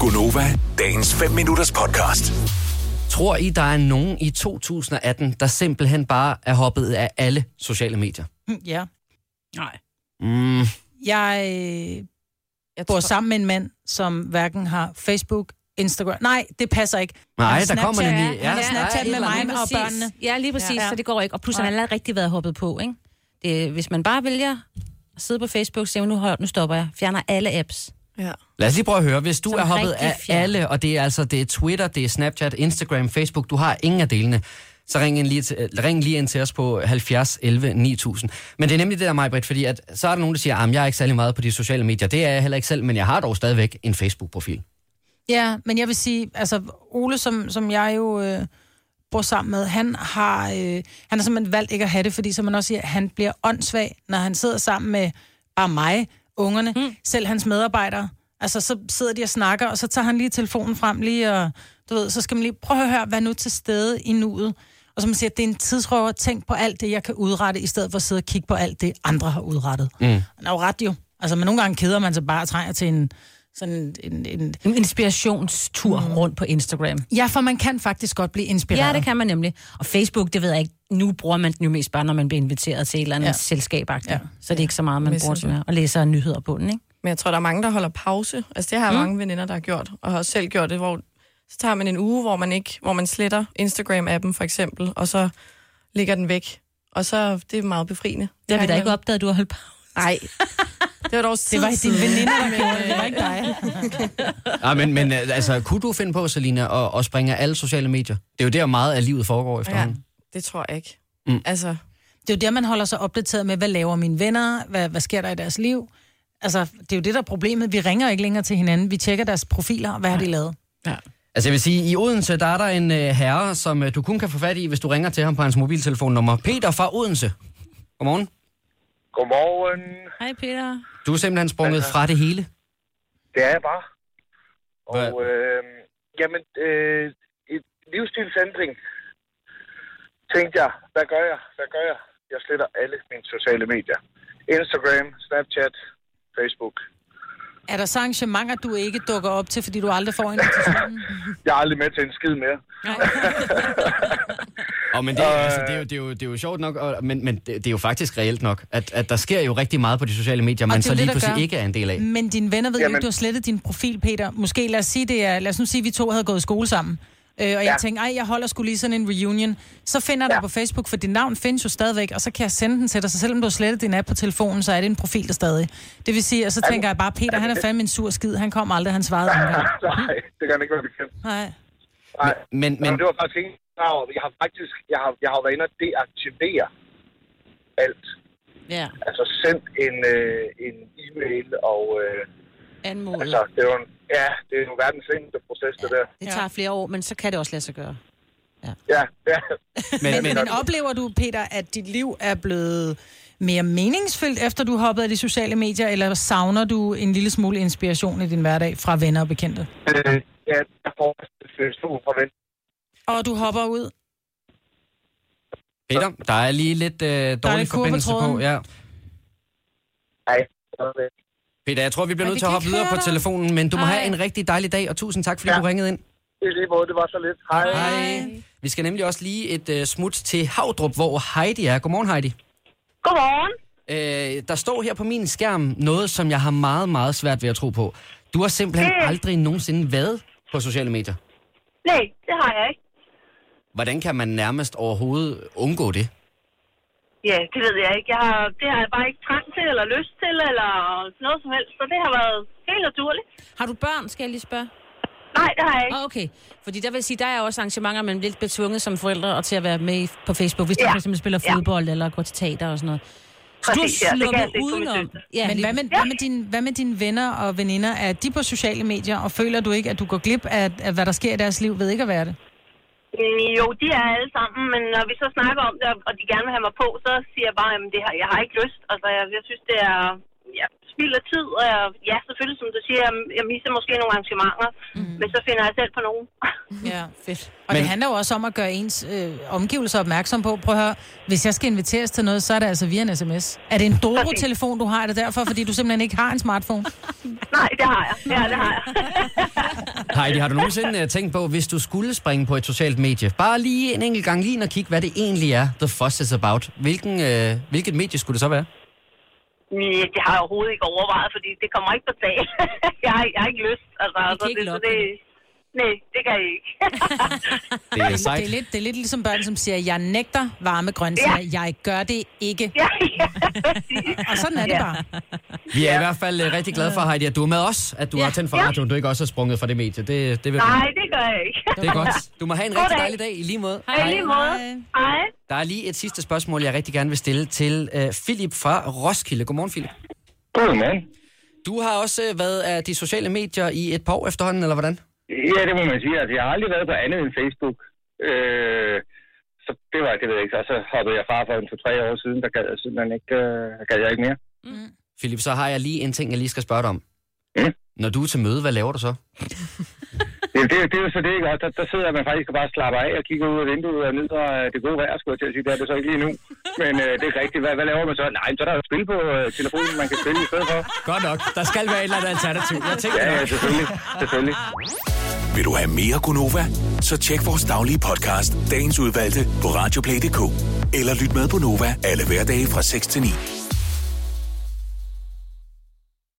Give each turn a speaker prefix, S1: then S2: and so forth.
S1: Gunova, dagens 5 minutters podcast.
S2: Tror I, der er nogen i 2018, der simpelthen bare er hoppet af alle sociale medier?
S3: Hm, Ja.
S4: Nej.
S2: Mm,
S3: Jeg øh,
S4: Jeg
S3: bor
S4: tror,
S3: sammen med en mand, som hverken har Facebook, Instagram... Nej, det passer ikke.
S2: nej,
S3: Han
S2: der kommer
S3: Snapchat-
S2: nemlig...
S3: han har
S2: der er
S3: Snapchat
S2: et
S3: med
S2: eller
S3: mig.
S2: andet.
S3: og
S4: præcis.
S3: børnene.
S4: Ja, lige præcis,
S3: Ja.
S4: ja. så det går ikke. Og plus, han har aldrig rigtig været hoppet på, ikke? Det, hvis man bare vælger at sidde på Facebook og sige, nu, hold, nu stopper jeg, fjerner alle apps.
S5: Ja.
S2: Lad os lige prøve at høre. Hvis du
S4: Som
S2: er hoppet
S4: rigtig
S2: af
S4: fjern.
S2: alle, og det er altså det er Twitter, det er Snapchat, Instagram, Facebook, du har ingen af delene, så ring, ind lige til, øh, ring lige ind til os på 70 11 9000. Men det er nemlig det der, Majbrit, fordi at, så er der nogen, der siger, at jeg er ikke særlig meget på de sociale medier. Det er jeg heller ikke selv, men jeg har dog stadigvæk en Facebook-profil.
S3: Ja, men jeg vil sige, altså Ole, som, som jeg jo øh, bor sammen med, han har, øh, han har simpelthen valgt ikke at have det, fordi som man også siger, han bliver åndssvag, når han sidder sammen med bare mig, ungerne, mm. selv hans medarbejdere. Altså, så sidder de og snakker, og så tager han lige telefonen frem lige, og du ved, så skal man lige prøve at høre, hvad nu til stede i nuet. Og som man siger, det er en tidsrøver, tænk på alt det, jeg kan udrette, i stedet for at sidde og kigge på alt det, andre har udrettet. Mm. Han er jo ret jo. Altså, men nogle gange keder man sig bare og trænger til en, sådan en, en, en
S4: En inspirationstur mm. rundt på Instagram.
S3: Ja, for man kan faktisk godt blive inspireret.
S4: Ja, det kan man nemlig. Og Facebook, det ved jeg ikke, nu bruger man den jo mest bare, når man bliver inviteret til et eller andet
S3: Ja.
S4: ja. selskab. Ja.
S3: Ja.
S4: Så det er ikke så meget, man bruger
S5: Messenger.
S4: til mere, og læser nyheder på den, ikke?
S5: Men jeg tror, der er mange, der holder pause. Altså, det har jeg mm. mange veninder, der har gjort, og har også selv gjort det, hvor så tager man en uge, hvor man ikke, hvor man sletter Instagram-appen for eksempel, og så ligger den væk. Og så, det er meget befriende.
S4: Det har vi da ikke
S5: op.
S4: opdaget, at du har holdt på.
S5: Nej, det var dog
S3: Det var
S5: tid
S3: din
S5: siden.
S3: veninde, der
S5: Men,
S3: gjorde det, det var
S5: øh,
S3: ikke dig.
S2: Ja, men, men øh, altså, kunne du finde på, Selina, at, at springe af alle sociale medier? Det er jo der meget af livet foregår
S5: Ja,
S2: efterhånden.
S5: det tror jeg ikke.
S2: Mm.
S5: Mm. Altså,
S3: Det er jo der, man holder sig opdateret med, hvad laver mine venner, hvad, hvad sker der i deres liv. Altså, det er jo det, der er problemet. Vi ringer ikke længere til hinanden. Vi tjekker deres profiler, og hvad har de lavet.
S2: Altså jeg vil sige, i Odense, der er der en øh, herre, som øh, du kun kan få fat i, hvis du ringer til ham på hans mobiltelefonnummer. Peter fra Odense. Godmorgen.
S6: Godmorgen.
S4: Hej, Peter.
S2: Du er simpelthen sprunget fra det hele.
S6: Det er jeg bare. Og
S2: Hvad?
S6: øh, jamen, øh, et livsstilsændring, tænkte jeg, hvad gør jeg? Hvad gør jeg? Jeg sletter alle mine sociale medier. Instagram, Snapchat, Facebook.
S3: Er der så arrangementer, du ikke dukker op til, fordi du aldrig får en invitation?
S6: Jeg er aldrig med til en skid mere.
S2: Og men det, øh... altså, det, er jo, det, er jo, det er jo sjovt nok, og, men, men det, det er jo faktisk reelt nok, at, at der sker jo rigtig meget på de sociale medier, man
S3: det er
S2: så
S3: jo
S2: lige
S3: det, der
S2: pludselig
S3: gør.
S2: ikke er en del af.
S3: Men dine venner ved jo
S6: Jamen.
S3: ikke, du har slettet din profil, Peter. Måske lad os, sige, det er, lad os nu sige, at vi to havde gået i skole sammen. Øh, og jeg
S6: Ja.
S3: tænkte, ej, jeg holder skulle lige sådan en reunion. Så finder jeg dig
S6: Ja.
S3: på Facebook, for dit navn findes jo stadigvæk, og så kan jeg sende den til dig. Så selvom du har slettet din app på telefonen, så er det en profil der stadig. Det vil sige, og så tænker jeg bare, Peter, han er fandme en sur skid. Han kom aldrig, han svarede ikke engang.
S6: Nej, det kan jeg ikke være bekendt.
S3: Nej.
S6: Nej.
S2: Men,
S6: Men...
S2: men,
S6: det var faktisk ikke klar over. Jeg har faktisk jeg har, jeg har været inde og deaktivere alt.
S4: Ja,
S6: Altså sendt en, øh, en e-mail, og øh,
S4: anmodet.
S6: altså, det er jo en, ja, det er jo verdens eneste proces, det der.
S4: Det tager flere år, men så kan det også lade sig gøre.
S6: Ja, ja.
S2: men,
S3: Men,
S2: men,
S3: men oplever du, Peter, at dit liv er blevet mere meningsfyldt, efter du hoppede af de sociale medier, eller savner du en lille smule inspiration i din hverdag fra venner og bekendte?
S6: Øh, ja, jeg får en stor forventning.
S3: Og du hopper ud.
S2: Peter, der er lige lidt øh, dårlig
S3: lidt kurve på
S2: forbindelse på.
S3: tråden.
S2: Ja.
S6: Nej,
S2: Peter, jeg tror, vi bliver
S3: Ej,
S2: nødt
S3: vi
S2: til at
S3: kan
S2: hoppe
S3: ikke
S2: videre på
S3: høre dig.
S2: telefonen, men du må
S3: Ej.
S2: have en rigtig dejlig dag, og tusind tak, fordi
S6: Ja.
S2: du ringede ind.
S6: det er lige måde, det var så lidt. Hej.
S2: Hej. Vi skal nemlig også lige et øh, smut til Havdrup, hvor Heidi er. Godmorgen, Heidi.
S7: Godmorgen.
S2: Øh, der står her på min skærm noget, som jeg har meget, meget svært ved at tro på. Du har simpelthen
S7: Mm.
S2: aldrig nogensinde været på sociale medier.
S7: Nej, det har jeg ikke.
S2: Hvordan kan man nærmest overhovedet undgå det?
S7: Ja, det ved jeg ikke. Jeg har, det har jeg bare ikke trang til, eller lyst til, eller noget som helst. Så det har været helt naturligt.
S4: Har du børn, skal jeg lige spørge?
S7: Nej, det har jeg ikke.
S4: Ah, Okay, fordi der vil jeg sige, der er også arrangementer, man bliver lidt betvunget som forældre og til at være med i- på Facebook, hvis ja.
S7: Ja.
S4: du for eksempel spiller
S7: Ja.
S4: fodbold eller går til teater og sådan noget. Så
S7: Præcis,
S4: du
S7: ja.
S4: har
S7: Det kan jeg
S4: sluppet
S7: se på min
S4: udenom.
S7: søster.
S4: Ja,
S3: Men
S4: lige-
S3: hvad med, hvad, med din, hvad med dine venner og veninder? Er de på sociale medier, og føler du ikke, at du går glip af, af hvad der sker i deres liv ved ikke at være det?
S7: Øh, Jo, de er alle sammen, men når vi så snakker om det, og de gerne vil have mig på, så siger jeg bare, at det har, jeg har ikke lyst. Altså, jeg, jeg synes, det er ja, spild af tid, og jeg, ja, selvfølgelig, som du siger, jeg, jeg misser måske nogle arrangementer, mm. men så finder jeg selv på nogen.
S3: Ja, fedt. Og
S2: Men-
S3: Men... det handler jo også om at gøre ens øh, omgivelser opmærksom på. Prøv at høre, hvis jeg skal inviteres til noget, så er det altså via en sms. Er det en Doro-telefon, du har? Er det derfor, fordi du simpelthen ikke har en smartphone?
S7: Nej, det har jeg. Ja, det har jeg.
S2: Heidi, har du nogensinde øh, tænkt på, hvis du skulle springe på et socialt medie, bare lige en enkelt gang lige ind og kigge, hvad det egentlig er, The Fuss is about. Hvilken, øh, hvilket medie skulle det så være?
S7: Ja, det har jeg overhovedet ikke overvejet, fordi det kommer ikke på tale. jeg, har, jeg har ikke lyst. Altså,
S4: kan
S7: så
S4: ikke
S7: det, så
S4: lokke
S7: det, nej, det kan jeg ikke.
S2: Det er
S3: Det er,
S2: sejt.
S3: lidt, det er lidt ligesom børn, som siger, jeg nægter varme grøntsager. Ja. Jeg gør det ikke.
S7: ja, ja.
S3: Og sådan er det bare.
S2: Vi er i hvert fald øh, rigtig glade for, Heidi, at du er med os, at du har tændt for
S7: Ja.
S2: radioen, du ikke også har sprunget fra det medie. Det, det, vil vi.
S7: Nej, det gør jeg ikke.
S2: det er godt. Du må have en rigtig
S7: Goddag.
S2: dejlig dag i lige måde.
S7: Og I lige måde. Hej.
S2: Der er lige et sidste spørgsmål, jeg rigtig gerne vil stille til øh, Philip fra Roskilde. Godmorgen, Philip.
S8: Godmorgen.
S2: Du har også øh, været af de sociale medier i et par år efterhånden, eller hvordan?
S8: Ja, det må man sige. Altså, jeg har aldrig været på andet end Facebook. Øh, så det var, det ved jeg ikke. Og så hoppede jeg fra for en to-tre år siden, der gad jeg simpelthen ikke, øh, der gad jeg ikke mere.
S2: Philip, så har jeg lige en ting, jeg lige skal spørge dig om.
S8: Ja.
S2: Når du er til møde, hvad laver du så?
S8: Det, det, det, er jo så det, ikke? Og der, der sidder man faktisk og bare slapper af og kigger ud af vinduet og nyder øh, det gode vejr, skulle jeg til at sige. Det er det så ikke lige nu. Men øh, det er rigtigt. Hvad, hvad laver man så? Nej, men så er der jo et spil på øh, telefonen, man kan spille i stedet for.
S2: Godt nok. Der skal være et eller andet alternativ. Jeg tænker
S8: Ja, ja, selvfølgelig. selvfølgelig.
S1: Vil du have mere Gunova? Så tjek vores daglige podcast, dagens udvalgte, på radioplay.dk. Eller lyt med på Nova alle hverdage fra 6 til 9.